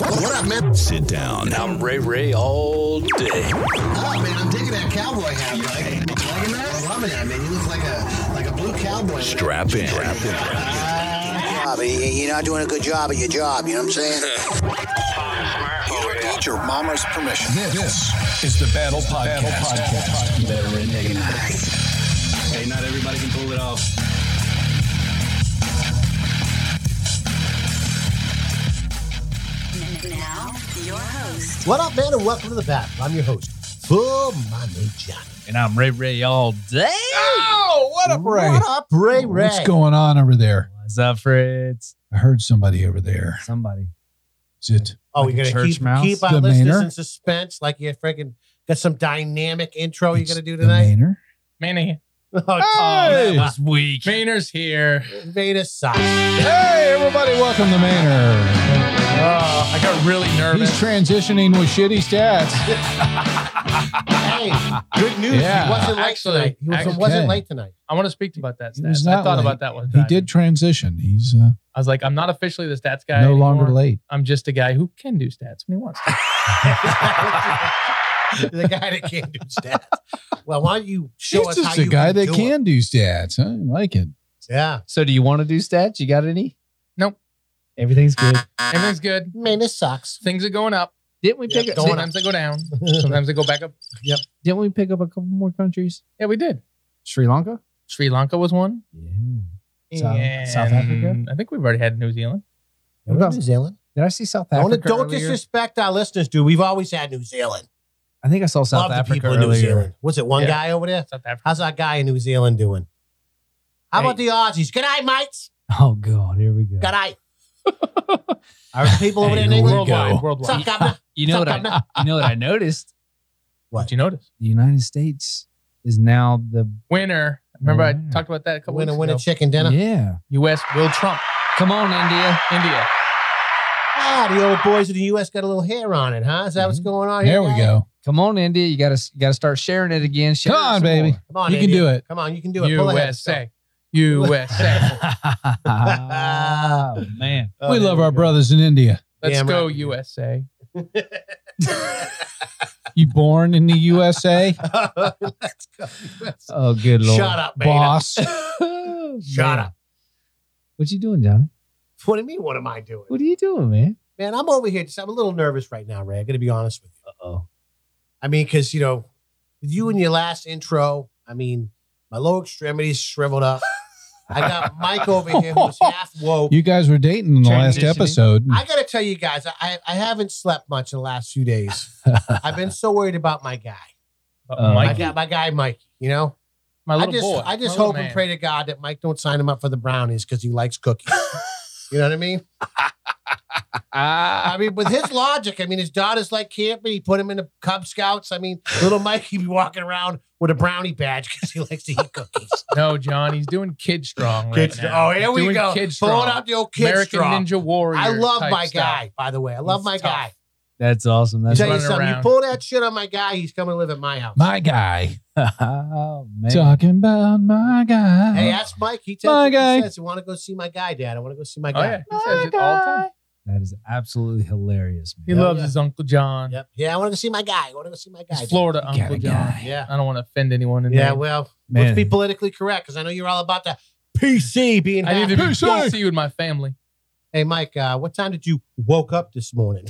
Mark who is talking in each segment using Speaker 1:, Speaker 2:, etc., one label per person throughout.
Speaker 1: What up, man?
Speaker 2: Sit down.
Speaker 3: I'm Ray Ray all day.
Speaker 1: Oh, man, I'm digging that cowboy hat, right? Liking that? I'm loving that, man. You look like a like a blue cowboy.
Speaker 2: Strap in.
Speaker 4: job. You- You're not doing a good job at your job. You know what I'm saying? you don't need your mama's permission.
Speaker 5: This, is the Battle Podcast. Hey, not everybody can pull it off.
Speaker 6: Now, your host,
Speaker 1: What up, man? And welcome to the battle. I'm your host, Full Money Johnny.
Speaker 7: And I'm Ray Ray all day.
Speaker 5: Oh, what up, Ray?
Speaker 1: What up, Ray Ray?
Speaker 5: What's going on over there?
Speaker 7: What's up, Fritz?
Speaker 5: I heard somebody over there.
Speaker 7: Somebody.
Speaker 5: Is it?
Speaker 1: Oh,
Speaker 7: Like
Speaker 1: we're
Speaker 7: a
Speaker 1: gonna
Speaker 7: church
Speaker 1: keep,
Speaker 7: mouse?
Speaker 1: keep our
Speaker 5: The
Speaker 1: listeners
Speaker 5: Maynard?
Speaker 1: in suspense, like you freaking got some dynamic intro you're
Speaker 5: It's
Speaker 1: gonna do
Speaker 5: the
Speaker 1: tonight.
Speaker 5: Maynard?
Speaker 8: Manny.
Speaker 1: Oh,
Speaker 5: Hey!
Speaker 1: oh,
Speaker 7: This week.
Speaker 8: Vayner's here.
Speaker 1: man. Veda sucks.
Speaker 5: Hey, everybody, welcome to Maynard.
Speaker 8: Oh, I got really
Speaker 5: He's
Speaker 8: nervous.
Speaker 5: transitioning with shitty stats.
Speaker 1: hey, good news.
Speaker 5: Yeah.
Speaker 1: He wasn't late
Speaker 8: Actually,
Speaker 1: tonight. He was,
Speaker 8: actually-
Speaker 1: wasn't
Speaker 5: Okay.
Speaker 1: late tonight.
Speaker 8: I want to speak to you about that.
Speaker 5: He was
Speaker 8: Stats. I
Speaker 5: not
Speaker 8: thought
Speaker 5: late.
Speaker 8: about that one.
Speaker 5: He
Speaker 8: time.
Speaker 5: did transition. He's uh,
Speaker 8: I was like, I'm not officially the stats guy.
Speaker 5: no longer
Speaker 8: anymore.
Speaker 5: late.
Speaker 8: I'm just a guy who can do stats when he wants. to.
Speaker 1: the guy that can't do stats. Well, why don't you show
Speaker 5: He's
Speaker 1: us how
Speaker 5: just a
Speaker 1: you
Speaker 5: guy
Speaker 1: can
Speaker 5: that
Speaker 1: do it?
Speaker 5: can do stats. huh? I like it.
Speaker 1: Yeah,
Speaker 7: So, do you want to do stats? You got any?
Speaker 8: Nope.
Speaker 7: Everything's good.
Speaker 5: Ah.
Speaker 8: Everything's good.
Speaker 1: man, this sucks.
Speaker 8: Things are going up.
Speaker 7: Didn't we
Speaker 1: Yeah,
Speaker 7: pick up?
Speaker 1: going
Speaker 7: Didn't,
Speaker 8: Sometimes they go down. Sometimes they go back up.
Speaker 7: didn't we pick up a couple more countries?
Speaker 8: Yeah, we did.
Speaker 7: Sri Lanka.
Speaker 8: Sri Lanka was one.
Speaker 7: Yeah. South- South
Speaker 8: And
Speaker 7: Africa?
Speaker 8: I think we've already had New Zealand.
Speaker 1: What about New Zealand?
Speaker 7: Did I see South
Speaker 1: Don't,
Speaker 7: Africa?
Speaker 1: don't
Speaker 7: earlier?
Speaker 1: disrespect our listeners, dude. We've always had New Zealand.
Speaker 7: I think I saw South
Speaker 1: Love the
Speaker 7: Africa
Speaker 1: people in New
Speaker 7: earlier.
Speaker 1: Zealand. Was it one
Speaker 8: Yeah.
Speaker 1: guy over there?
Speaker 8: South Africa.
Speaker 1: How's that guy in New Zealand doing? How
Speaker 8: Hey.
Speaker 1: about the Aussies? Good night, mates.
Speaker 7: Oh God, here we go.
Speaker 1: Good night. Our people over there in
Speaker 7: Hey,
Speaker 1: England.
Speaker 8: Worldwide.
Speaker 1: What's up,
Speaker 8: Worldwide.
Speaker 1: governor?
Speaker 7: You know what
Speaker 1: What's
Speaker 7: I?
Speaker 1: up, governor?
Speaker 7: You know what I noticed?
Speaker 8: Did you notice?
Speaker 7: The United States is now the
Speaker 8: Winner. Remember I
Speaker 7: Wow.
Speaker 8: talked about that a couple
Speaker 1: Win a
Speaker 8: weeks
Speaker 1: win a
Speaker 8: ago.
Speaker 1: chicken dinner.
Speaker 7: yeah.
Speaker 8: U.S. will trump
Speaker 7: Come on, India.
Speaker 8: India.
Speaker 1: Ah, the old boys in the U.S. got a little hair on it, huh? Is that what's going on?
Speaker 5: There
Speaker 1: here,
Speaker 5: we
Speaker 1: guys?
Speaker 5: go.
Speaker 7: Come on, India. You gotta you gotta start sharing it again. Share
Speaker 5: Come
Speaker 7: it
Speaker 5: on,
Speaker 7: some
Speaker 5: baby.
Speaker 7: more.
Speaker 1: Come on,
Speaker 5: You can do it.
Speaker 1: Come on, you can do it. Pull ahead. Let's go.
Speaker 8: USA. USA.
Speaker 7: oh man.
Speaker 1: Oh,
Speaker 5: we
Speaker 1: there
Speaker 5: love our
Speaker 1: go.
Speaker 5: brothers in India.
Speaker 8: Let's
Speaker 1: Damn
Speaker 8: go
Speaker 1: right.
Speaker 8: USA.
Speaker 5: You born in the USA,
Speaker 1: Let's go. USA.
Speaker 7: Oh good lord.
Speaker 1: Shut up, Beta.
Speaker 5: boss?
Speaker 1: Shut up.
Speaker 7: What you doing, Johnny?
Speaker 1: What do you mean? What am I doing?
Speaker 7: What are you doing, man?
Speaker 1: Man, I'm over here. Just, I'm a little nervous right now, Ray. I got to be honest with you.
Speaker 7: Uh-oh.
Speaker 1: I mean, because you know, with you and your last intro, I mean, my lower extremities shriveled up. I got Mike over here who's half woke.
Speaker 5: You guys were dating in the last
Speaker 7: Transitioning.
Speaker 5: episode.
Speaker 1: I got to tell you guys, I, I haven't slept much in the last few days. I've been so worried about my guy,
Speaker 7: Uh,
Speaker 1: my
Speaker 8: Mike,
Speaker 1: guy, my guy, Mike. You know,
Speaker 8: my
Speaker 1: I
Speaker 8: little
Speaker 1: just
Speaker 8: boy.
Speaker 1: I just
Speaker 8: my little
Speaker 1: hope and
Speaker 8: man.
Speaker 1: pray to God that Mike don't sign him up for the brownies because he likes cookies. you know what I mean?
Speaker 7: Ah,
Speaker 1: I mean, with his logic, I mean, his daughters like camping. He put him in the Cub Scouts. I mean, little Mike, he'd be walking around with a brownie badge because he likes to eat cookies.
Speaker 8: No, John, he's doing kid strong. Right
Speaker 1: Kids- oh,
Speaker 8: now.
Speaker 1: here
Speaker 8: He's
Speaker 1: we
Speaker 8: doing
Speaker 1: go.
Speaker 8: Kid
Speaker 1: Pulling
Speaker 8: strong.
Speaker 1: out the old kid
Speaker 8: American
Speaker 1: straw.
Speaker 8: Ninja Warrior.
Speaker 1: I love
Speaker 8: type
Speaker 1: my
Speaker 8: stuff.
Speaker 1: guy, by the way. I love
Speaker 8: He's
Speaker 1: my
Speaker 8: tough.
Speaker 1: guy.
Speaker 7: that's awesome. That's
Speaker 1: tell you
Speaker 8: running
Speaker 1: something. You
Speaker 8: around.
Speaker 1: pull that shit on my guy, he's coming to live at my house.
Speaker 5: my guy,
Speaker 7: oh man.
Speaker 5: talking about my guy.
Speaker 1: hey, ask Mike. He tells
Speaker 5: My
Speaker 1: he
Speaker 5: guy.
Speaker 1: says, "You want to go see my guy, Dad? I want to go see my
Speaker 8: Oh
Speaker 1: guy."
Speaker 8: yeah, he says it all the time.
Speaker 7: that is absolutely hilarious,
Speaker 8: He
Speaker 7: man.
Speaker 8: loves
Speaker 1: yeah.
Speaker 8: his Uncle John.
Speaker 1: Yep. Yeah, I want to go see my guy. I want to go see my guy.
Speaker 8: His Florida
Speaker 5: You got
Speaker 8: Uncle
Speaker 5: a
Speaker 8: John.
Speaker 5: guy.
Speaker 1: Yeah.
Speaker 8: I don't want to offend anyone. In
Speaker 1: Yeah,
Speaker 8: there.
Speaker 1: well,
Speaker 7: Man.
Speaker 1: let's be politically correct because I know you're all about the PC being.
Speaker 8: I need
Speaker 1: happy.
Speaker 8: to be
Speaker 5: Hey, sorry.
Speaker 8: close to you and my family.
Speaker 1: hey, Mike, uh, what time did you woke up this morning?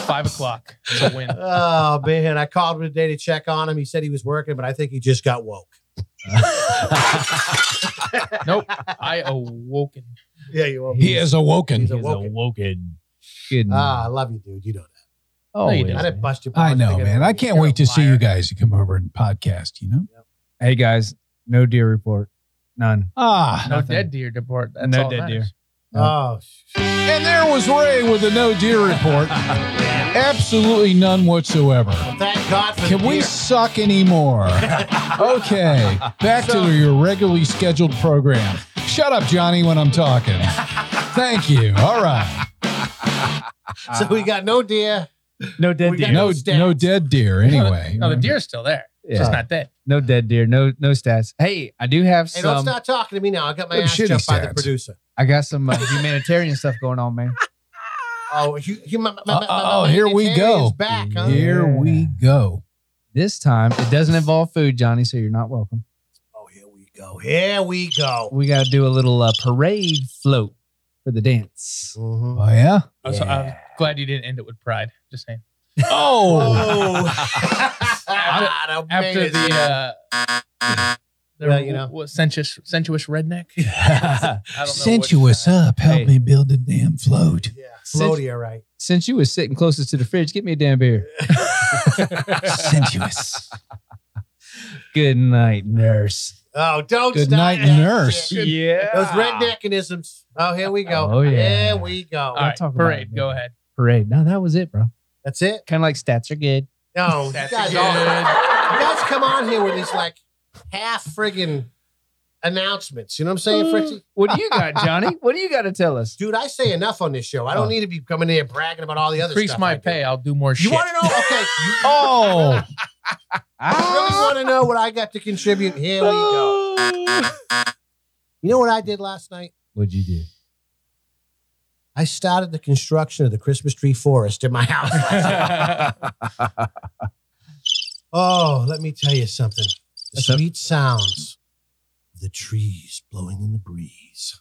Speaker 8: Five o'clock to win.
Speaker 1: oh man, I called him today to check on him. He said he was working, but I think he just got woke.
Speaker 8: nope, I awoken.
Speaker 1: Yeah, you woke.
Speaker 5: he is awoken.
Speaker 1: He's awoken.
Speaker 7: awoken. Good.
Speaker 1: Ah, I love you, dude. You know that.
Speaker 7: oh,
Speaker 8: you
Speaker 1: I didn't bust your.
Speaker 5: I
Speaker 1: balls
Speaker 5: know,
Speaker 1: thinking-
Speaker 5: man. I can't
Speaker 1: You're a
Speaker 5: wait to see you
Speaker 1: liar.
Speaker 5: guys to come over and podcast. You know,
Speaker 7: hey guys, no deer report. None.
Speaker 5: ah,
Speaker 8: No
Speaker 7: Nothing.
Speaker 8: dead deer deport. That's
Speaker 7: No
Speaker 8: all that
Speaker 7: dead deer.
Speaker 8: matters.
Speaker 1: Oh,
Speaker 5: and there was Ray with the no deer report. Absolutely none whatsoever.
Speaker 1: well, thank God for.
Speaker 5: Can
Speaker 1: the
Speaker 5: we
Speaker 1: beer.
Speaker 5: suck anymore? okay, back to your regularly scheduled program. Shut up, Johnny, when I'm talking. Thank you. All right.
Speaker 1: So we got no deer.
Speaker 7: No dead
Speaker 1: We got
Speaker 7: deer.
Speaker 5: No,
Speaker 1: stats.
Speaker 5: no dead deer. Anyway.
Speaker 8: No, the deer's still there. It's
Speaker 7: Yeah.
Speaker 8: just not dead.
Speaker 7: No dead deer. No no stats. Hey, I do have
Speaker 1: Hey,
Speaker 7: some.
Speaker 1: don't start talking to me now. I got my
Speaker 5: Them
Speaker 1: ass
Speaker 5: shitty
Speaker 1: jumped by the
Speaker 5: stats.
Speaker 1: producer.
Speaker 7: I got some uh, humanitarian stuff going on, man.
Speaker 1: Oh, you, you, my, my- my- my-
Speaker 5: Oh,
Speaker 1: my
Speaker 5: here we go.
Speaker 1: humanitarian's Back, huh?
Speaker 5: Here we go.
Speaker 7: This time it doesn't involve food, Johnny, so you're not welcome.
Speaker 1: Oh, here we go. Here we go.
Speaker 7: We got to do a little uh, parade float for the dance.
Speaker 1: Mhm.
Speaker 5: Oh yeah.
Speaker 8: I'm, so, I'm glad you didn't end it with pride. Just saying.
Speaker 5: Oh!
Speaker 1: Oh. God,
Speaker 8: After
Speaker 1: amazing.
Speaker 8: the uh, the
Speaker 1: Well, you know.
Speaker 8: what, sensuous sensuous redneck. I don't know what-
Speaker 5: Sensuous up. Help
Speaker 7: Hey.
Speaker 5: me build the damn float.
Speaker 1: yeah, Floaty, all right.
Speaker 7: Since you was sitting closest to the fridge, get me a damn beer.
Speaker 5: Sensuous.
Speaker 7: Good night, nurse.
Speaker 1: Oh, don't
Speaker 5: Good
Speaker 1: stop
Speaker 5: night,
Speaker 1: that
Speaker 5: nurse.
Speaker 1: shit.
Speaker 7: Yeah.
Speaker 1: Those
Speaker 8: Ah.
Speaker 1: redneckinisms. Oh, here we go.
Speaker 7: Oh, yeah.
Speaker 1: Here we go.
Speaker 8: All right,
Speaker 7: talk about
Speaker 8: parade.
Speaker 7: it, man.
Speaker 8: go ahead.
Speaker 7: Parade. No, that was it, bro.
Speaker 1: That's it.
Speaker 7: Kind of like stats are good.
Speaker 1: No,
Speaker 8: That's
Speaker 1: you guys,
Speaker 8: good.
Speaker 1: all, you guys come on here with these like half friggin' announcements. You know what I'm saying, Fritzy?
Speaker 7: What do you got, Johnny? What do you got to tell us?
Speaker 1: Dude, I say enough on this show. I don't
Speaker 7: Oh.
Speaker 1: need to be coming here bragging about all the other
Speaker 8: Increase
Speaker 1: stuff. I
Speaker 8: my
Speaker 1: do.
Speaker 8: pay. I'll do more
Speaker 1: You
Speaker 8: shit.
Speaker 1: want to know? Okay. You
Speaker 5: Oh,
Speaker 1: really
Speaker 5: Ah!
Speaker 1: want to know what I got to contribute? Here we go. You know what I did last night?
Speaker 7: What'd you do?
Speaker 1: I started the construction of the Christmas tree forest in my house. oh, let me tell you something. The
Speaker 7: That's a-
Speaker 1: sweet sounds of the trees blowing in the breeze.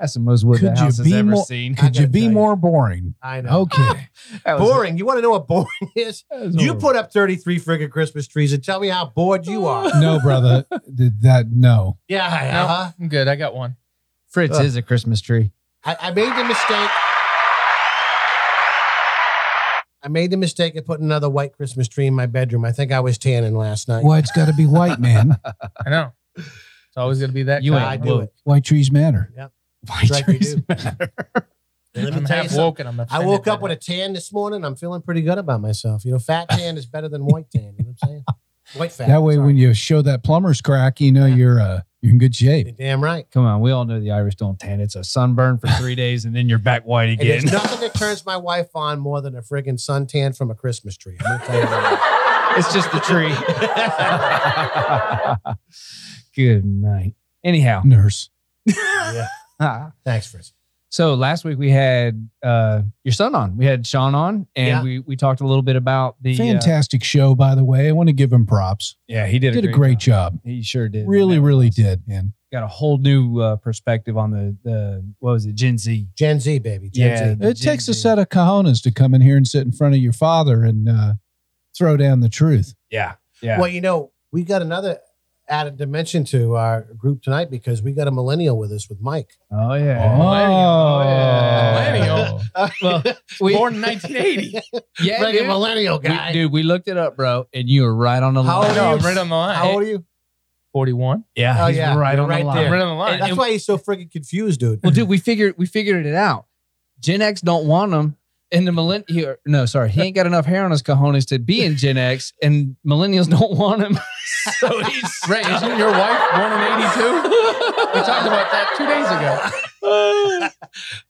Speaker 7: That's the most wood
Speaker 5: Could
Speaker 7: that
Speaker 5: you
Speaker 7: house has
Speaker 5: be
Speaker 7: ever
Speaker 5: more-
Speaker 7: seen.
Speaker 1: I
Speaker 5: could you
Speaker 1: gotta
Speaker 5: be
Speaker 1: tell you.
Speaker 5: more boring?
Speaker 1: I know.
Speaker 5: Okay.
Speaker 7: That was-
Speaker 1: boring. You want to know what boring is?
Speaker 7: that was
Speaker 1: You
Speaker 7: horrible.
Speaker 1: put up 33 friggin' Christmas trees and tell me how bored you are.
Speaker 5: no, brother. Did that no.
Speaker 1: yeah,
Speaker 8: No,
Speaker 1: uh-huh.
Speaker 8: I'm good. I got one.
Speaker 7: Fritz
Speaker 1: Ugh.
Speaker 7: is a Christmas tree.
Speaker 1: I, I made the mistake. I made the mistake of putting another white Christmas tree in my bedroom. I think I was tanning last night.
Speaker 5: Why it's gotta be white, man.
Speaker 8: I know. It's always gonna be that.
Speaker 7: You
Speaker 8: guy.
Speaker 1: I
Speaker 7: ain't
Speaker 1: do it.
Speaker 5: White trees matter.
Speaker 1: That's right, we do. And Let me
Speaker 8: I'm
Speaker 1: tell you
Speaker 8: half
Speaker 1: something.
Speaker 8: woke and I'm
Speaker 1: I
Speaker 8: offended
Speaker 1: woke
Speaker 8: by
Speaker 1: up with
Speaker 8: that.
Speaker 1: a tan this morning. I'm feeling pretty good about myself. You know, fat tan is better than white tan. You know what I'm saying? White fat.
Speaker 5: That way
Speaker 1: sorry.
Speaker 5: when you show that plumber's crack, you know you're uh you're in good
Speaker 1: You're
Speaker 5: shape.
Speaker 1: damn right.
Speaker 7: Come on, we all know the Irish don't tan. It's a sunburn for three days, and then you're back white
Speaker 1: And
Speaker 7: again.
Speaker 1: there's nothing that turns my wife on more than a friggin' suntan from a Christmas tree. I'm gonna tell you that.
Speaker 7: it's just the tree. Good night. Anyhow,
Speaker 5: Nurse.
Speaker 1: Yeah.
Speaker 7: ah.
Speaker 1: Thanks, Fritz.
Speaker 7: so last week we had uh, your son on. We had Sean on, and
Speaker 1: Yeah.
Speaker 7: we we talked a little bit about the. uh,
Speaker 5: Fantastic show, by the way. I want to give him props.
Speaker 7: yeah, he did,
Speaker 5: Did, a great
Speaker 7: job.
Speaker 5: job.
Speaker 7: He sure did.
Speaker 5: Really,
Speaker 7: Man,
Speaker 5: really
Speaker 7: awesome.
Speaker 5: did, man.
Speaker 7: Got a whole new uh, perspective on the the what was it Gen Z.
Speaker 1: Gen Z, baby. Gen
Speaker 7: Yeah.
Speaker 1: Z.
Speaker 5: It takes a
Speaker 7: Gen Z.
Speaker 5: set of cojones to come in here and sit in front of your father and uh, throw down the truth.
Speaker 7: Yeah, yeah.
Speaker 1: Well, you know, we got another added dimension to our group tonight because we got a millennial with us with Mike.
Speaker 7: oh
Speaker 8: Oh,
Speaker 7: yeah. Oh,
Speaker 8: Millennial.
Speaker 7: Well, we,
Speaker 8: Born in 1980.
Speaker 7: yeah,
Speaker 1: Regular
Speaker 7: dude.
Speaker 1: millennial
Speaker 7: We-
Speaker 1: guy.
Speaker 7: dude, we looked it up, bro, and you were right on the
Speaker 1: How
Speaker 7: line.
Speaker 1: old
Speaker 8: no,
Speaker 1: are
Speaker 8: I'm
Speaker 1: you?
Speaker 8: right on the line.
Speaker 1: How old are you?
Speaker 8: 41.
Speaker 7: Yeah,
Speaker 1: Oh,
Speaker 7: he's
Speaker 1: yeah,
Speaker 7: right
Speaker 1: you're
Speaker 7: on
Speaker 1: right
Speaker 7: the line.
Speaker 1: there.
Speaker 8: I'm right on the line.
Speaker 7: And-
Speaker 1: That's
Speaker 7: and-
Speaker 1: why he's so friggin' confused, dude.
Speaker 7: Well, dude, we figured we figured it out. Gen X don't want them, and the millenn here. No, sorry, he ain't got enough hair on his cojones to be in Gen X, and millennials don't want him. so he's
Speaker 8: Ray, isn't your wife born in 82? We talked about that two days ago.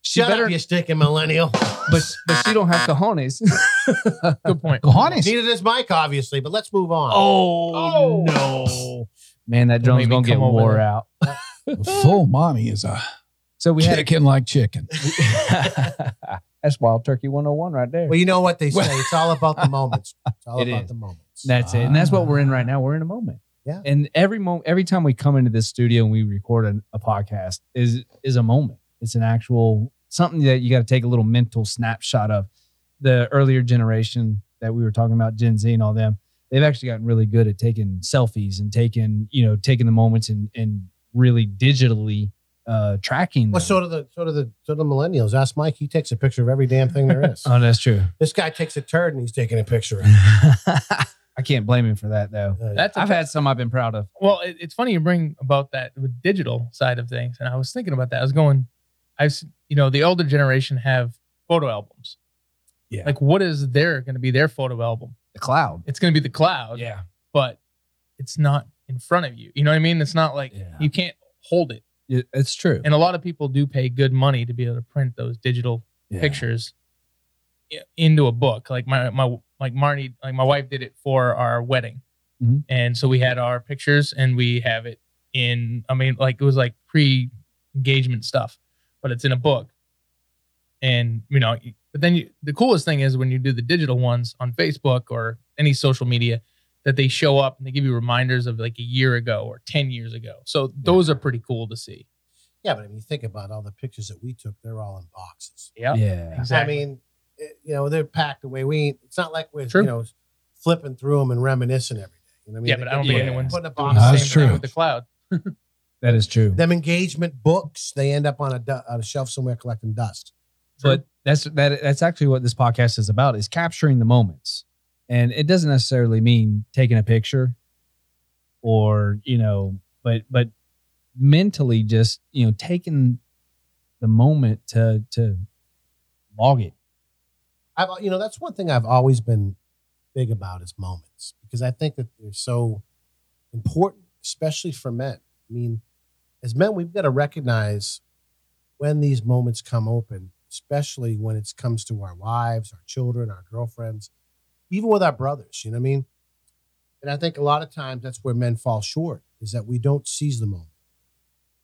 Speaker 1: Shut
Speaker 7: better-
Speaker 1: up, you sticking millennial.
Speaker 7: but but she don't have cojones.
Speaker 8: Good
Speaker 1: Oh,
Speaker 8: point.
Speaker 5: Cojones.
Speaker 1: Neither does Mike, obviously, but let's move on.
Speaker 7: Oh, no, man, that drum's
Speaker 8: Maybe
Speaker 7: gonna get
Speaker 8: come over
Speaker 7: wore
Speaker 8: there.
Speaker 7: out.
Speaker 5: Full mommy is a
Speaker 7: So we had
Speaker 5: chicken like chicken.
Speaker 7: that's Wild Turkey 101 right there.
Speaker 1: Well, you know what they say. It's all about the moments. It's all
Speaker 7: It
Speaker 1: about
Speaker 7: is.
Speaker 1: the moments.
Speaker 7: That's it. And that's what we're in right now. We're in a moment.
Speaker 1: Yeah.
Speaker 7: And every moment, every time we come into this studio and we record an, a podcast is is a moment. It's an actual something that you got to take a little mental snapshot of. The earlier generation that we were talking about, Gen Z and all them, they've actually gotten really good at taking selfies and taking you know taking the moments and and really digitally uh tracking.
Speaker 1: Well,
Speaker 7: them.
Speaker 1: so do the so do the so do the millennials. Ask Mike. He takes a picture of every damn thing there is.
Speaker 8: Uh.
Speaker 7: oh, that's true.
Speaker 1: this guy takes a turd and he's taking a picture of it.
Speaker 7: I can't blame him for that though.
Speaker 1: Uh,
Speaker 8: That's
Speaker 7: I've
Speaker 8: a,
Speaker 7: had some I've been proud of.
Speaker 8: well, it, it's funny you bring about that with digital side of things. And I was thinking about that. I was going, I've, s- you know, the older generation have photo albums.
Speaker 5: Yeah.
Speaker 8: Like, what is their going to be their photo album?
Speaker 7: The cloud.
Speaker 8: It's going to be the cloud,
Speaker 7: Yeah.
Speaker 8: but it's not in front of you. You know what I mean? It's not like
Speaker 7: Yeah.
Speaker 8: you can't hold it.
Speaker 7: It- It's true.
Speaker 8: And a lot of people do pay good money to be able to print those digital
Speaker 5: Yeah.
Speaker 8: pictures i- into a book. Like my my like Marnie, like my wife did it for our wedding,
Speaker 7: Mhm.
Speaker 8: and so we had our pictures and we have it in. I mean, like it was like pre-engagement stuff, but it's in a book. And you know, but then you, the coolest thing is when you do the digital ones on Facebook or any social media that they show up and they give you reminders of like a year ago or 10 years ago. So those are pretty cool to see.
Speaker 1: Yeah, but I mean, think about all the pictures that we took. They're all in boxes.
Speaker 8: Yeah.
Speaker 7: Yeah.
Speaker 1: I mean, it- you know, they're packed away. We ain't, it's not like we're
Speaker 8: True.
Speaker 1: you know flipping through them and reminiscing every day. You know what I mean?
Speaker 8: yeah, but I don't
Speaker 1: They-
Speaker 8: think
Speaker 7: Yeah.
Speaker 8: anyone's
Speaker 1: Put in a box.
Speaker 8: doing the
Speaker 5: That's
Speaker 8: same thing
Speaker 5: true.
Speaker 8: with the cloud.
Speaker 7: That is true.
Speaker 1: them engagement books they end up on a, du- on a shelf somewhere collecting dust.
Speaker 7: but that's that that's actually what this podcast is about is capturing the moments and it doesn't necessarily mean taking a picture or you know but but mentally just you know taking the moment to to log it
Speaker 1: I've you know that's one thing I've always been big about is moments because I think that they're so important, especially for men. I mean, as men, we've got to recognize when these moments come open, especially when it comes to our wives, our children, our girlfriends, even with our brothers. You know what I mean? And I think a lot of times that's where men fall short is that we don't seize the moment,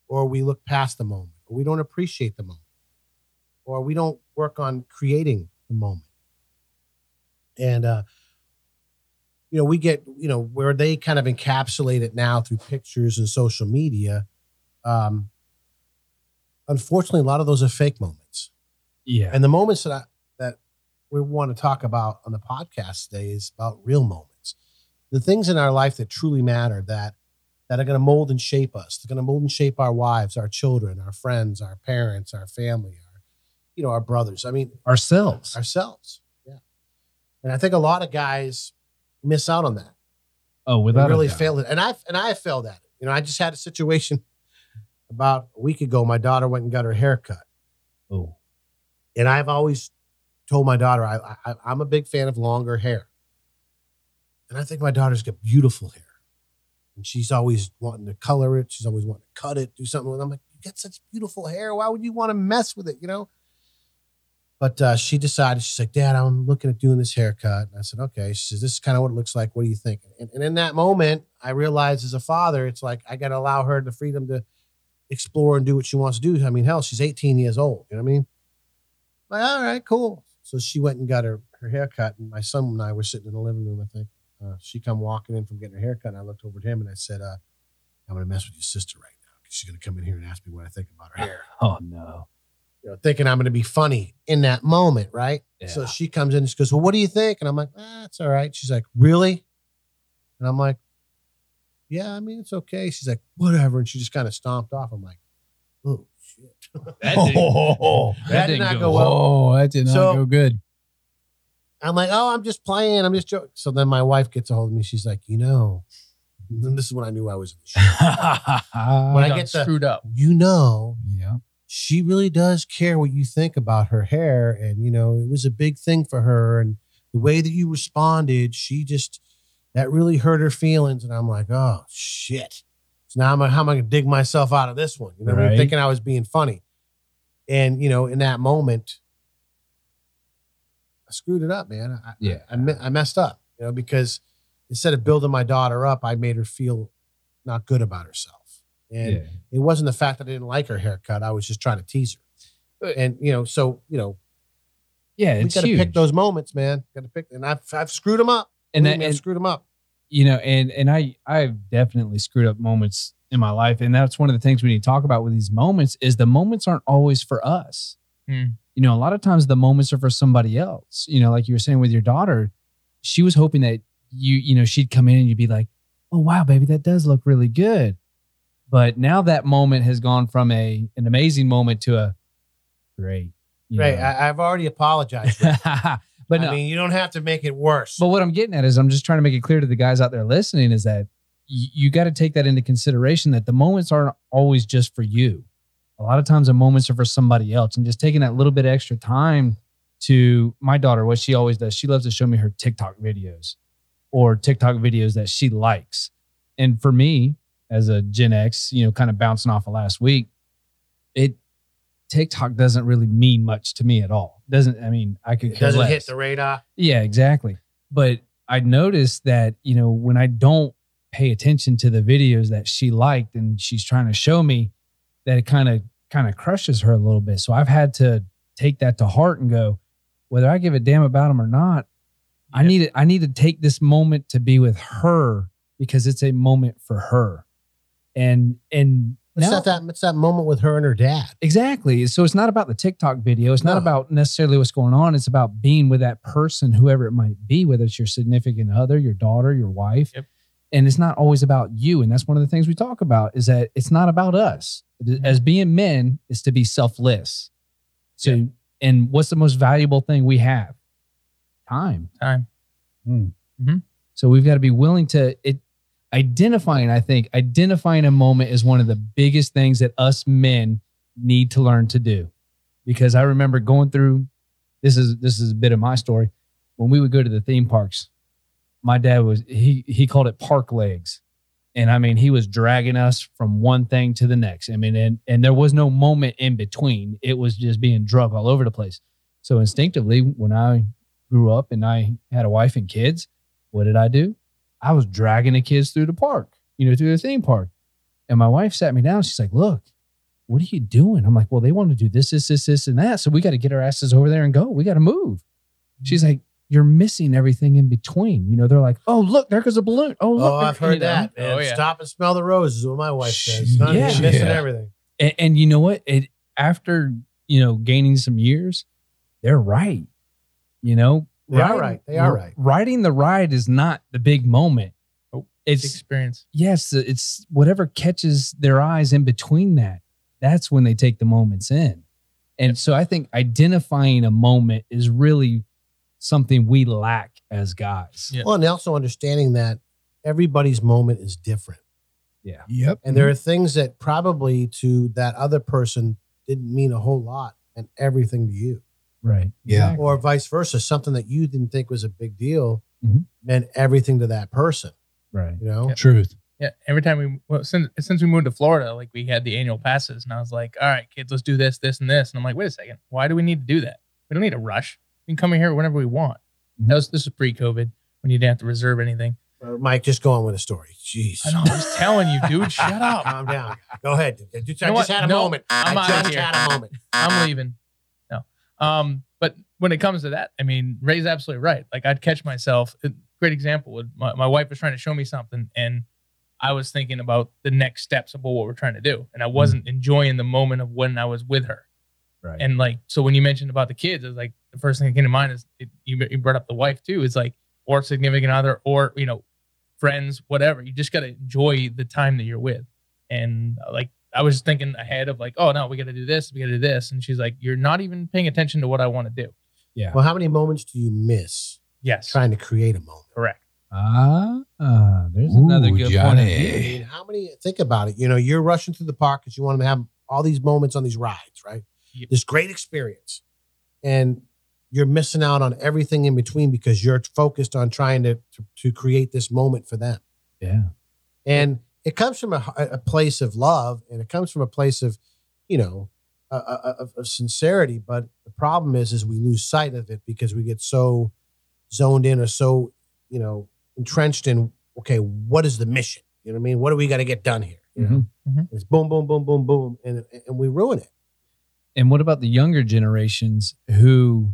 Speaker 1: or we look past the moment, or we don't appreciate the moment, or we don't work on creating the moment. And uh, you know, we get you know where they kind of encapsulate it now through pictures and social media. Um, unfortunately, a lot of those are fake moments.
Speaker 7: yeah
Speaker 1: And the moments that I, that we want to talk about on the podcast today is about real moments, the things in our life that truly matter that that are going to mold and shape us. They're going to mold and shape our wives, our children, our friends, our parents, our family, our you know our brothers. I mean
Speaker 7: ourselves
Speaker 1: ourselves. Yeah. And I think a lot of guys miss out on that.
Speaker 7: oh
Speaker 1: They
Speaker 7: without a
Speaker 1: really
Speaker 7: doubt.
Speaker 1: failed it, and I and I failed at it. You know, I just had a situation about a week ago. My daughter went and got her hair cut.
Speaker 7: oh
Speaker 1: and I've always told my daughter I, I I'm a big fan of longer hair, and I think my daughter's got beautiful hair, and she's always wanting to color it. She's always wanting to cut it, do something. with it. I'm like, you got such beautiful hair. Why would you want to mess with it? You know. But uh, she decided she's like, Dad, I'm looking at doing this haircut. And I said, Okay. She says, This is kind of what it looks like. What do you think? And, and in that moment, I realized as a father, it's like I got to allow her the freedom to explore and do what she wants to do. I mean, hell, she's 18 years old. You know what I mean? like, all right, cool. So she went and got her, her hair cut, and my son and I were sitting in the living room, I think. Uh, she come walking in from getting her hair cut, and I looked over at him and I said, uh, I'm going to mess with your sister right now because she's going to come in here and ask me what I think about her hair.
Speaker 7: oh no
Speaker 1: You know, thinking I'm going to be funny in that moment, right?
Speaker 7: Yeah.
Speaker 1: So she comes in and she goes, Well, what do you think? And I'm like, ah, It's all right. She's like, Really? And I'm like, Yeah, I mean, it's okay. She's like, Whatever. And she just kind of stomped off. I'm like, Oh, shit.
Speaker 5: Oh,
Speaker 1: That did not go well.
Speaker 5: that did not
Speaker 1: So-
Speaker 5: go good.
Speaker 1: I'm like, oh, I'm just playing. I'm just joking. So then my wife gets a hold of me. She's like, you know, and then this is when I knew I was in the shit. When I
Speaker 8: Mm-hmm. Got
Speaker 1: get the,
Speaker 8: screwed up.
Speaker 1: you know,
Speaker 5: yeah.
Speaker 1: she really does care what you think about her hair. And, you know, it was a big thing for her. And the way that you responded, she just, that really hurt her feelings. And I'm like, oh, shit. So now I'm like, how am I going to dig myself out of this one? You know, what I mean?
Speaker 7: Right.
Speaker 1: thinking I was being funny. And, you know, in that moment, I screwed it up, man. I,
Speaker 7: yeah
Speaker 1: I, me- I messed up, you know, because instead of building my daughter up, I made her feel not good about herself. And
Speaker 7: yeah
Speaker 1: it wasn't the fact that I didn't like her haircut. I was just trying to tease her. And, you know, so, you know,
Speaker 7: yeah
Speaker 1: we
Speaker 7: Uh, it's
Speaker 1: got to
Speaker 7: huge.
Speaker 1: pick those moments, man. Got to pick. And I've, I've screwed them up.
Speaker 7: and,
Speaker 1: Believe
Speaker 7: that,
Speaker 1: me, I've
Speaker 7: and
Speaker 1: screwed them up.
Speaker 7: you know and and i i've definitely screwed up moments in my life and that's one of the things we need to talk about with these moments is the moments aren't always for us
Speaker 8: Hmm.
Speaker 7: you know a lot of times the moments are for somebody else you know like you were saying with your daughter she was hoping that you you know she'd come in and you'd be like oh wow baby that does look really good but now that moment has gone from a an amazing moment to a great you
Speaker 1: Right.
Speaker 7: know.
Speaker 1: I, I've already apologized. Rick.
Speaker 7: but no,
Speaker 1: I mean, you don't have to make it worse.
Speaker 7: but what I'm getting at is I'm just trying to make it clear to the guys out there listening is that y- you got to take that into consideration that the moments aren't always just for you. A lot of times the moments are for somebody else and just taking that little bit extra time to my daughter, what she always does, she loves to show me her TikTok videos or TikTok videos that she likes. And for me, as a Gen X, you know, kind of bouncing off of last week, it TikTok doesn't really mean much to me at all. Doesn't I mean I could
Speaker 1: it doesn't
Speaker 7: less.
Speaker 1: hit the radar.
Speaker 7: Yeah, exactly. But I noticed that, you know, when I don't pay attention to the videos that she liked and she's trying to show me, that it kind of kind of crushes her a little bit. So I've had to take that to heart and go, whether I give a damn about him or not, I need to- I need to take this moment to be with her because it's a moment for her. And and
Speaker 1: It's
Speaker 7: now-
Speaker 1: not that. It's that moment with her and her dad.
Speaker 7: Exactly. So it's not about the TikTok video. It's not
Speaker 1: No.
Speaker 7: about necessarily what's going on. It's about being with that person, whoever it might be, whether it's your significant other, your daughter, your wife.
Speaker 8: Yep.
Speaker 7: And it's not always about you. And that's one of the things we talk about is that it's not about us.
Speaker 8: Mm-hmm.
Speaker 7: As being men, is to be selfless. So, and what's the most valuable thing we have? Time. Hmm.
Speaker 8: Time. Mm-hmm.
Speaker 7: So we've got to be willing to it, identifying. I think identifying a moment is one of the biggest things that us men need to learn to do, because I remember going through. This is this is a bit of my story. When we would go to the theme parks, my dad was he he called it park legs, and I mean he was dragging us from one thing to the next. I mean, and and there was no moment in between. It was just being drug all over the place. So instinctively, when I grew up and I had a wife and kids, what did I do? I was dragging the kids through the park, you know, through the theme park. And my wife sat me down. She's like, look, what are you doing? I'm like, well, they want to do this, this, this, this, and that. So we got to get our asses over there and go. We got to move. She's
Speaker 1: Mm-hmm.
Speaker 7: like, you're missing everything in between. You know, they're like, oh, look, there goes a balloon. Oh, look.
Speaker 1: Oh,
Speaker 7: there-
Speaker 1: I've
Speaker 7: you
Speaker 1: heard
Speaker 7: know?
Speaker 1: that. Man.
Speaker 8: Oh, yeah.
Speaker 1: Stop and smell the roses. is What my wife says. Huh?
Speaker 7: Yeah.
Speaker 1: She's missing
Speaker 5: Yeah.
Speaker 1: everything.
Speaker 7: And, and you know what? It after you know gaining some years, they're right. You know,
Speaker 1: They are right. They are right.
Speaker 7: Riding the ride is not the big moment.
Speaker 8: Nope.
Speaker 7: It's
Speaker 8: experience.
Speaker 7: yes, it's whatever catches their eyes in between that. That's when they take the moments in. And so I think identifying a moment is really something we lack as guys.
Speaker 8: Yeah.
Speaker 1: Well, and also understanding that everybody's moment is different,
Speaker 5: Yep.
Speaker 1: and
Speaker 8: Mm-hmm.
Speaker 1: there are things that probably to that other person didn't mean a whole lot, and everything to you.
Speaker 7: Right.
Speaker 5: Yeah.
Speaker 1: or vice versa, something that you didn't think was a big deal
Speaker 7: Mhm.
Speaker 1: meant everything to that person,
Speaker 7: Right.
Speaker 1: you know?
Speaker 5: Truth.
Speaker 8: Mm-hmm. Yeah. Every time we well, since since we moved to Florida, like we had the annual passes, and I was like, "All right, kids, let's do this, this, and this." And I'm like, "Wait a second, why do we need to do that? We don't need a rush. We can come in here whenever we want."
Speaker 1: Mm-hmm.
Speaker 8: That was this was pre-COVID when you didn't have to reserve anything.
Speaker 1: Or Mike, just go on with the story. Jeez.
Speaker 8: I know. I'm just telling you, dude. Shut up.
Speaker 1: Calm down. Go ahead. dude. I just,
Speaker 8: You know
Speaker 1: I just
Speaker 8: what?
Speaker 1: had a
Speaker 8: No,
Speaker 1: moment.
Speaker 8: I'm
Speaker 1: I
Speaker 8: outta
Speaker 1: just
Speaker 8: here.
Speaker 1: had a moment.
Speaker 8: I'm leaving. No. Um, but when it comes to that, I mean, Ray's absolutely right. Like I'd catch myself. a Great example. would- My, my wife was trying to show me something, and I was thinking about the next steps about what we're trying to do, and I wasn't enjoying the moment of when I was with her.
Speaker 7: Right.
Speaker 8: And like, so when you mentioned about the kids, it's like the first thing that came to mind is it, you, you brought up the wife too. Is like or significant other or you know friends, whatever. You just gotta enjoy the time that you're with. And uh, like I was thinking ahead of like, oh no, we gotta do this, we gotta do this. And she's like, you're not even paying attention to what I want to do.
Speaker 1: Well, how many moments do you miss
Speaker 8: Yes,
Speaker 1: trying to create a moment?
Speaker 8: correct.
Speaker 7: Ah, ah, there's
Speaker 5: Ooh,
Speaker 7: another good point. of
Speaker 5: Johnny.
Speaker 1: I
Speaker 7: view.
Speaker 1: mean, how many? Think about it. You know, you're rushing through the park because you want to have all these moments on these rides, right?
Speaker 8: Yep.
Speaker 1: This great experience, and you're missing out on everything in between because you're focused on trying to to, to create this moment for them.
Speaker 7: Yeah.
Speaker 1: and it comes from a, a place of love and it comes from a place of you know a, a, a- of sincerity but the problem is is we lose sight of it because we get so zoned in or so you know entrenched in okay what is the mission you know what i mean what do we got to get done here you know
Speaker 8: Mhm.
Speaker 1: it's boom boom boom boom boom and and we ruin it
Speaker 7: And what about the younger generations who,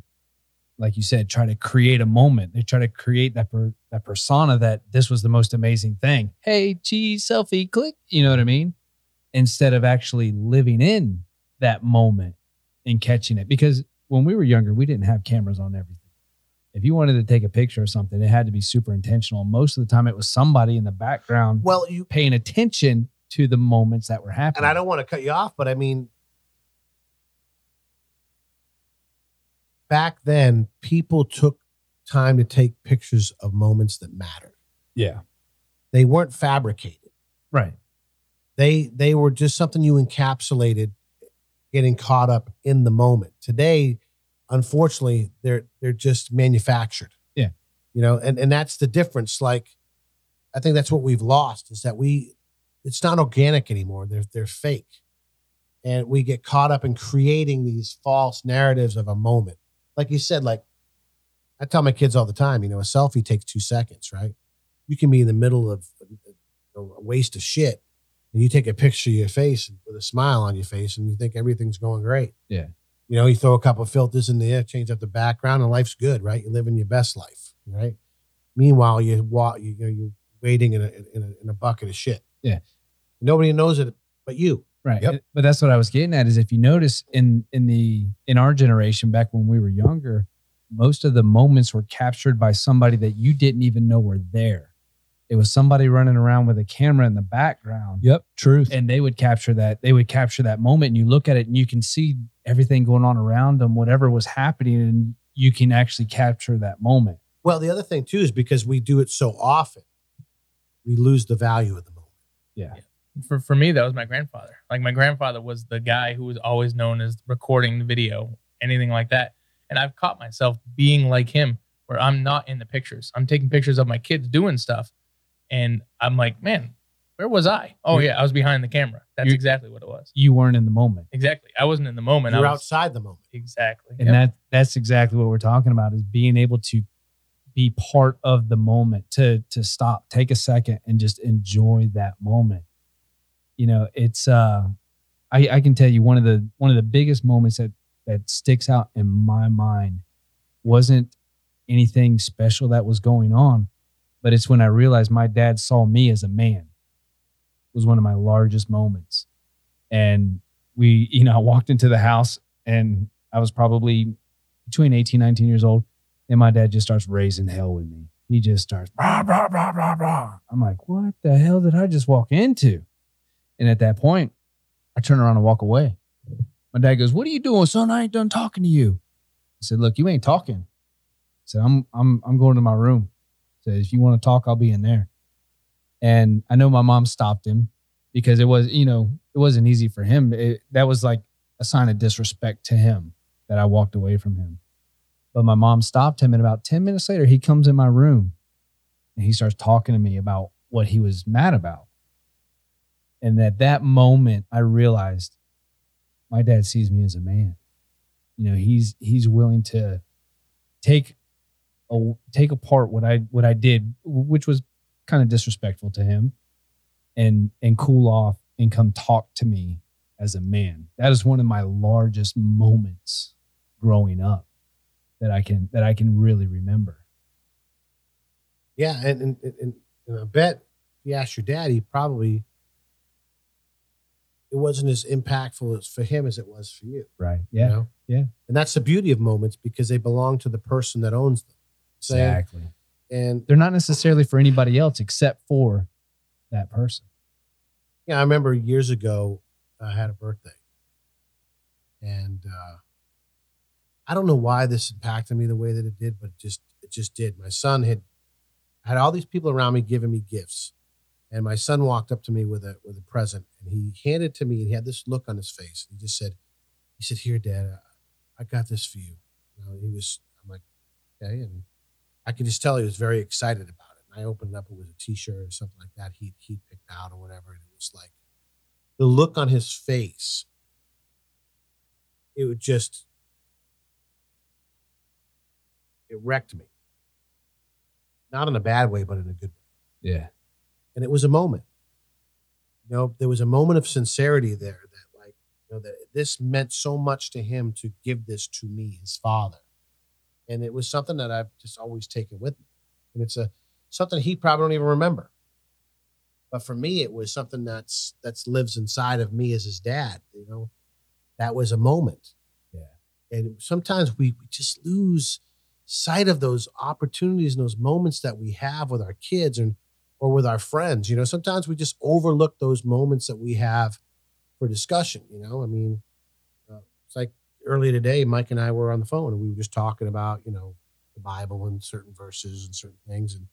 Speaker 7: like you said, try to create a moment? They try to create that per, that persona that this was the most amazing thing. Hey, cheese selfie, click. You know what I mean? Instead of actually living in that moment and catching it, because when we were younger, we didn't have cameras on everything. If you wanted to take a picture or something, it had to be super intentional. Most of the time, it was somebody in the background
Speaker 1: well you
Speaker 7: paying attention to the moments that were happening.
Speaker 1: and i don't want to cut you off but i mean back then people took time to take pictures of moments that mattered
Speaker 7: Yeah.
Speaker 1: they weren't fabricated
Speaker 7: Right.
Speaker 1: they they were just something you encapsulated getting caught up in the moment today unfortunately they're they're just manufactured
Speaker 7: Yeah.
Speaker 1: you know and and that's the difference like i think that's what we've lost is that we it's not organic anymore they're they're fake and we get caught up in creating these false narratives of a moment like you said like i tell my kids all the time you know a selfie takes 2 seconds right you can be in the middle of you know, a waste of shit and you take a picture of your face with a smile on your face and you think everything's going great.
Speaker 7: Yeah.
Speaker 1: You know, you throw a couple filters in there, change up the background, and life's good, right? You're living your best life, right? Meanwhile, you're wa- you know you're waiting in a, in a in a bucket of shit.
Speaker 7: Yeah.
Speaker 1: Nobody knows it but you.
Speaker 7: Right.
Speaker 5: Yep.
Speaker 7: But that's what I was getting at is if you notice in in the in our generation back when we were younger, most of the moments were captured by somebody that you didn't even know were there. It was somebody running around with a camera in the background.
Speaker 5: Yep. Truth.
Speaker 7: And they would capture that. They would capture that moment and you look at it and you can see everything going on around them, whatever was happening, and you can actually capture that moment.
Speaker 1: Well, the other thing too is because we do it so often, we lose the value of the moment.
Speaker 8: for, for me that was my grandfather like my grandfather was the guy who was always known as recording the video anything like that and i've caught myself being like him where i'm not in the pictures i'm taking pictures of my kids doing stuff and i'm like man where was i oh yeah i was behind the camera that's
Speaker 7: You're-
Speaker 8: exactly what it was
Speaker 7: You weren't in the moment.
Speaker 8: exactly i wasn't in the moment
Speaker 1: You're
Speaker 8: i was
Speaker 1: outside the moment.
Speaker 8: exactly
Speaker 7: and
Speaker 8: Yep.
Speaker 7: that that's exactly what we're talking about is being able to be part of the moment to to stop take a second and just enjoy that moment you know it's uh i i can tell you one of the one of the biggest moments that that sticks out in my mind wasn't anything special that was going on but it's when i realized my dad saw me as a man was one of my largest moments and we you know i walked into the house and I was probably between 18, 19 years old. And my dad just starts raising hell with me. He just starts, rah, rah, rah, rah, rah. I'm like, what the hell did I just walk into? And at that point, I turn around and walk away. My dad goes, What are you doing, son? I ain't done talking to you. I said, Look, you ain't talking. I said, I'm I'm I'm going to my room. I said, if you want to talk, I'll be in there. And I know my mom stopped him because it was, you know, it wasn't easy for him. It, that was like a sign of disrespect to him that I walked away from him. But my mom stopped him, and about 10 minutes later, he comes in my room and he starts talking to me about what he was mad about. And at that moment, I realized my dad sees me as a man. You know, he's he's willing to take a, take apart what I what I did, which was kind of disrespectful to him, and and cool off and come talk to me as a man. That is one of my largest moments growing up that I can that I can really remember.
Speaker 1: Yeah, and and, and- and, and I bet if you asked your dad, he probably it wasn't as impactful as for him as it was for you.
Speaker 7: Right.
Speaker 1: You
Speaker 7: Yeah.
Speaker 1: know?
Speaker 7: yeah.
Speaker 1: And that's the beauty of moments because they belong to the person that owns them. So,
Speaker 7: Exactly.
Speaker 1: And
Speaker 7: They're not necessarily for anybody else except for that person.
Speaker 1: yeah, I remember years ago I had a birthday, and uh, I don't know why this impacted me the way that it did, but it just it just did. My son had had all these people around me giving me gifts, and my son walked up to me with a with a present, and he handed it to me, and he had this look on his face. He just said, "He said, here, Dad, I, I got this for you." You know, he was, I'm like, okay, and I could just tell he was very excited about it. And I opened it up; it was a T-shirt or something like that. He he picked out or whatever, and it was like the look on his face. It would just it wrecked me. Not in a bad way, but in a good way.
Speaker 7: Yeah.
Speaker 1: And it was a moment. You know, there was a moment of sincerity there that, like, you know, that this meant so much to him to give this to me, his father. And it was something that I've just always taken with me. And it's a something he probably don't even remember. But for me, it was something that's that's lives inside of me as his dad. You know, that was a moment.
Speaker 7: Yeah.
Speaker 1: And sometimes we, we just lose sight of those opportunities and those moments that we have with our kids and or with our friends. You know, sometimes we just overlook those moments that we have for discussion. You know, I mean, uh, it's like earlier today, Mike and I were on the phone and we were just talking about, you know, the Bible and certain verses and certain things. And,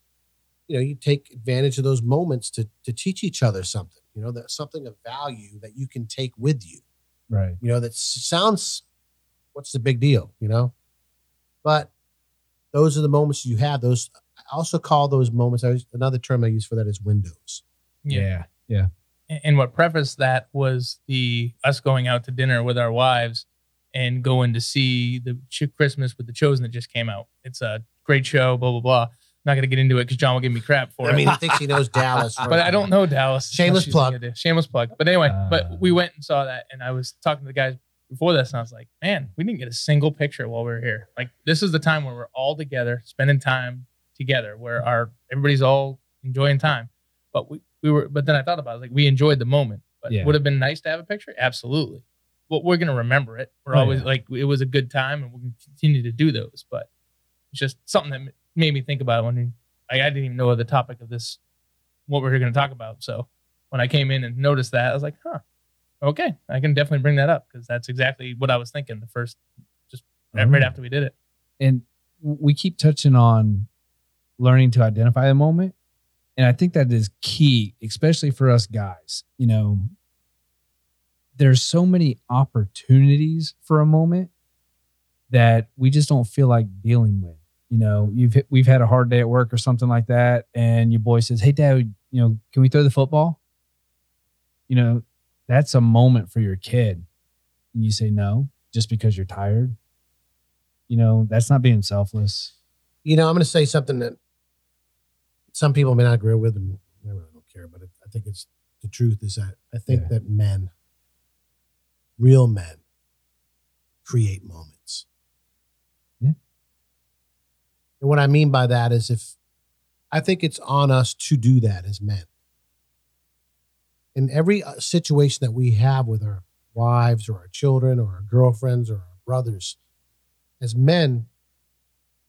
Speaker 1: you know, you take advantage of those moments to, to teach each other something, you know, that's something of value that you can take with you
Speaker 7: Right.
Speaker 1: you know that s- sounds what's the big deal you know but those are the moments you have those i also call those moments I use, another term i use for that is windows
Speaker 7: Yeah.
Speaker 8: and and what prefaced that was the us going out to dinner with our wives and going to see the Ch- Christmas with the Chosen that just came out. It's a great show, blah blah blah. not going to get into it because John will give me crap for
Speaker 1: I
Speaker 8: it.
Speaker 1: mean, he thinks he knows Dallas.
Speaker 8: but I don't know Dallas.
Speaker 1: Shameless
Speaker 8: She's
Speaker 1: plug.
Speaker 8: gonna do- Shameless plug. But anyway,
Speaker 7: Uh.
Speaker 8: but we went and saw that, and I was talking to the guys before this, and I was like, man, we didn't get a single picture while we were here. Like this is the time where we're all together, spending time together, where our everybody's all enjoying time. But we we were. But then I thought about it, like we enjoyed the moment. But
Speaker 7: Yeah.
Speaker 8: would have been nice to have a picture. Absolutely. Well, we're gonna remember it. We're
Speaker 7: Oh,
Speaker 8: always
Speaker 7: yeah.
Speaker 8: like it was a good time, and we're gonna continue to do those. But it's just something that m- made me think about it when I, I didn't even know the topic of this what we we're going to talk about. So when I came in and noticed that, I was like, huh, okay, I can definitely bring that up because that's exactly what I was thinking the first, just right- right after we did it.
Speaker 7: and we keep touching on learning to identify the moment and i think that is key especially for us guys you know there's so many opportunities for a moment that we just don't feel like dealing with you know you've hit, we've had a hard day at work or something like that and your boy says hey dad you know can we throw the football you know that's a moment for your kid and you say no just because you're tired you know that's not being selfless
Speaker 1: You know, I'm going to say something that some people may not agree with, and I really don't care. But it, I think it's the truth is that I think
Speaker 7: Yeah.
Speaker 1: that men, real men, create moments.
Speaker 7: Yeah.
Speaker 1: And what I mean by that is, if I think it's on us to do that as men. In every uh, situation that we have with our wives or our children or our girlfriends or our brothers, as men,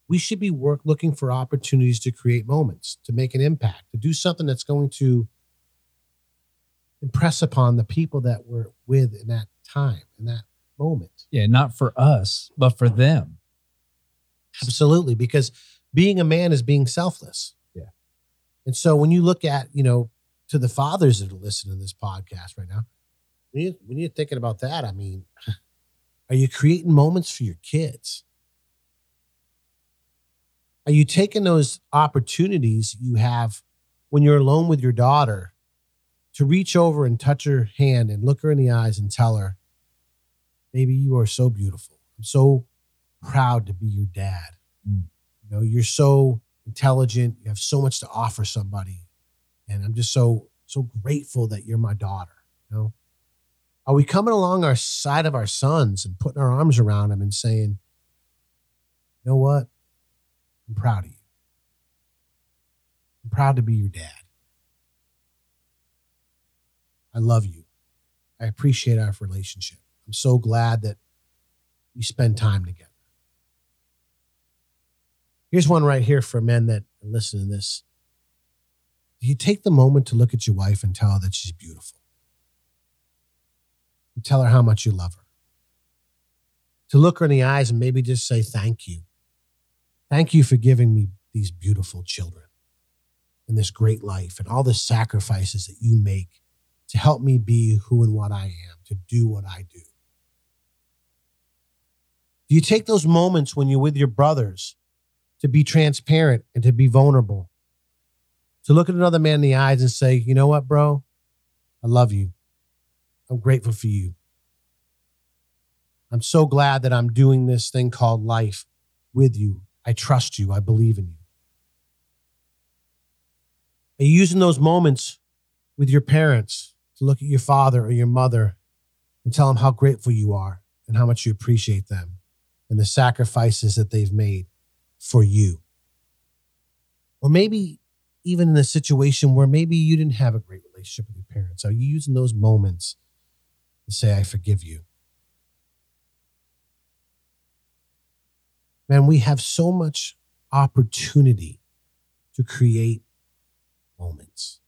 Speaker 1: we should be work looking for opportunities to create moments, to make an impact, to do something that's going to impress upon the people that we're with in that time, in that moment.
Speaker 7: yeah not for us but for them
Speaker 1: Absolutely, because being a man is being selfless.
Speaker 7: Yeah.
Speaker 1: And so when you look at, you know, to the fathers that are listening to this podcast right now, when, you, when you're thinking about that, I mean, are you creating moments for your kids? Are you taking those opportunities you have when you're alone with your daughter to reach over and touch her hand and look her in the eyes and tell her, baby, you are so beautiful. I'm so proud to be your dad.
Speaker 7: Mm.
Speaker 1: You know, you're so intelligent. You have so much to offer somebody, and I'm just so so grateful that you're my daughter. You know, are we coming along our side of our sons and putting our arms around them and saying, "You know what? I'm proud of you. I'm proud to be your dad. I love you. I appreciate our relationship. I'm so glad that we spend time together." Here's one right here for men that listen to this. Do you take the moment to look at your wife and tell her that she's beautiful? You tell her how much you love her. To look her in the eyes and maybe just say thank you. Thank you for giving me these beautiful children and this great life and all the sacrifices that you make to help me be who and what I am, to do what I do. Do you take those moments when you're with your brothers to be transparent and to be vulnerable. To look at another man in the eyes and say, you know what, bro? I love you. I'm grateful for you. I'm so glad that I'm doing this thing called life with you. I trust you. I believe in you. Are you using those moments with your parents to look at your father or your mother and tell them how grateful you are and how much you appreciate them and the sacrifices that they've made? for you. Or maybe even in a situation where maybe you didn't have a great relationship with your parents. Are you using those moments to say, I forgive you? Man, we have so much opportunity to create moments.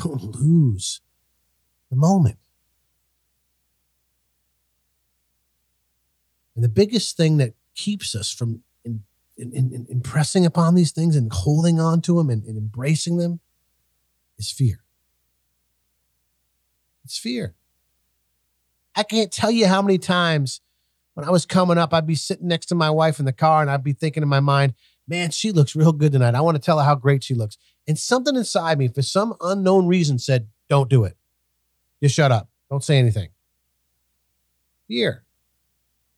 Speaker 1: Don't lose the moment. And the biggest thing that keeps us from in, in, in, in impressing upon these things and holding on to them and, and embracing them is fear. It's fear. I can't tell you how many times when I was coming up, I'd be sitting next to my wife in the car and I'd be thinking in my mind, man, she looks real good tonight. I want to tell her how great she looks. And something inside me, for some unknown reason, said, don't do it. Just shut up. Don't say anything. Fear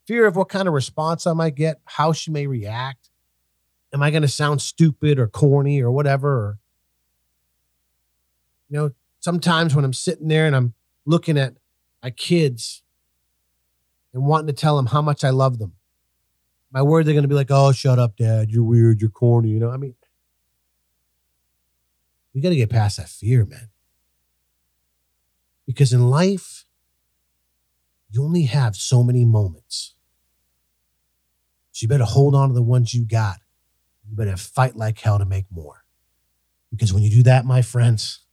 Speaker 1: fear of what kind of response I might get, how she may react, am I going to sound stupid or corny or whatever? Or, you know, sometimes when I'm sitting there and I'm looking at my kids and wanting to tell them how much I love them, my words are going to be like, oh, shut up, dad. You're weird. You're corny. You know, I mean, we got to get past that fear, man. Because in life, you only have so many moments. So you better hold on to the ones you got. You better fight like hell to make more. Because when you do that, my friends,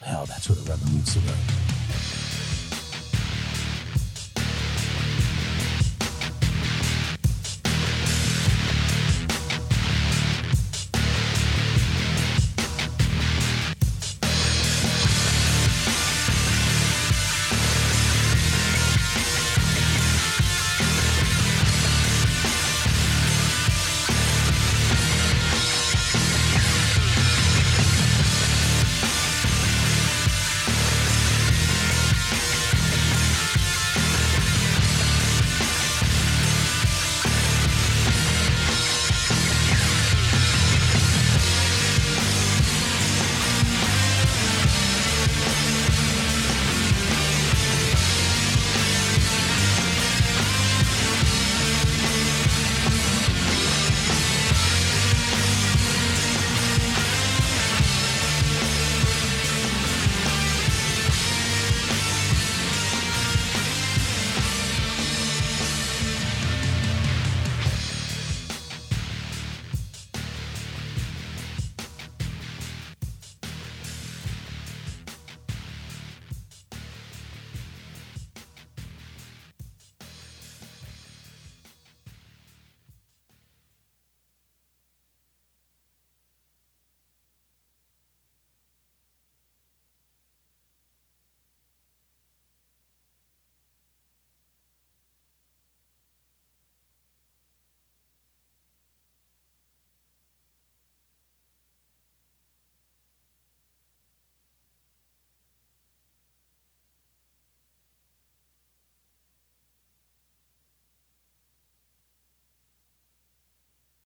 Speaker 1: hell, that's where the rubber meets the road.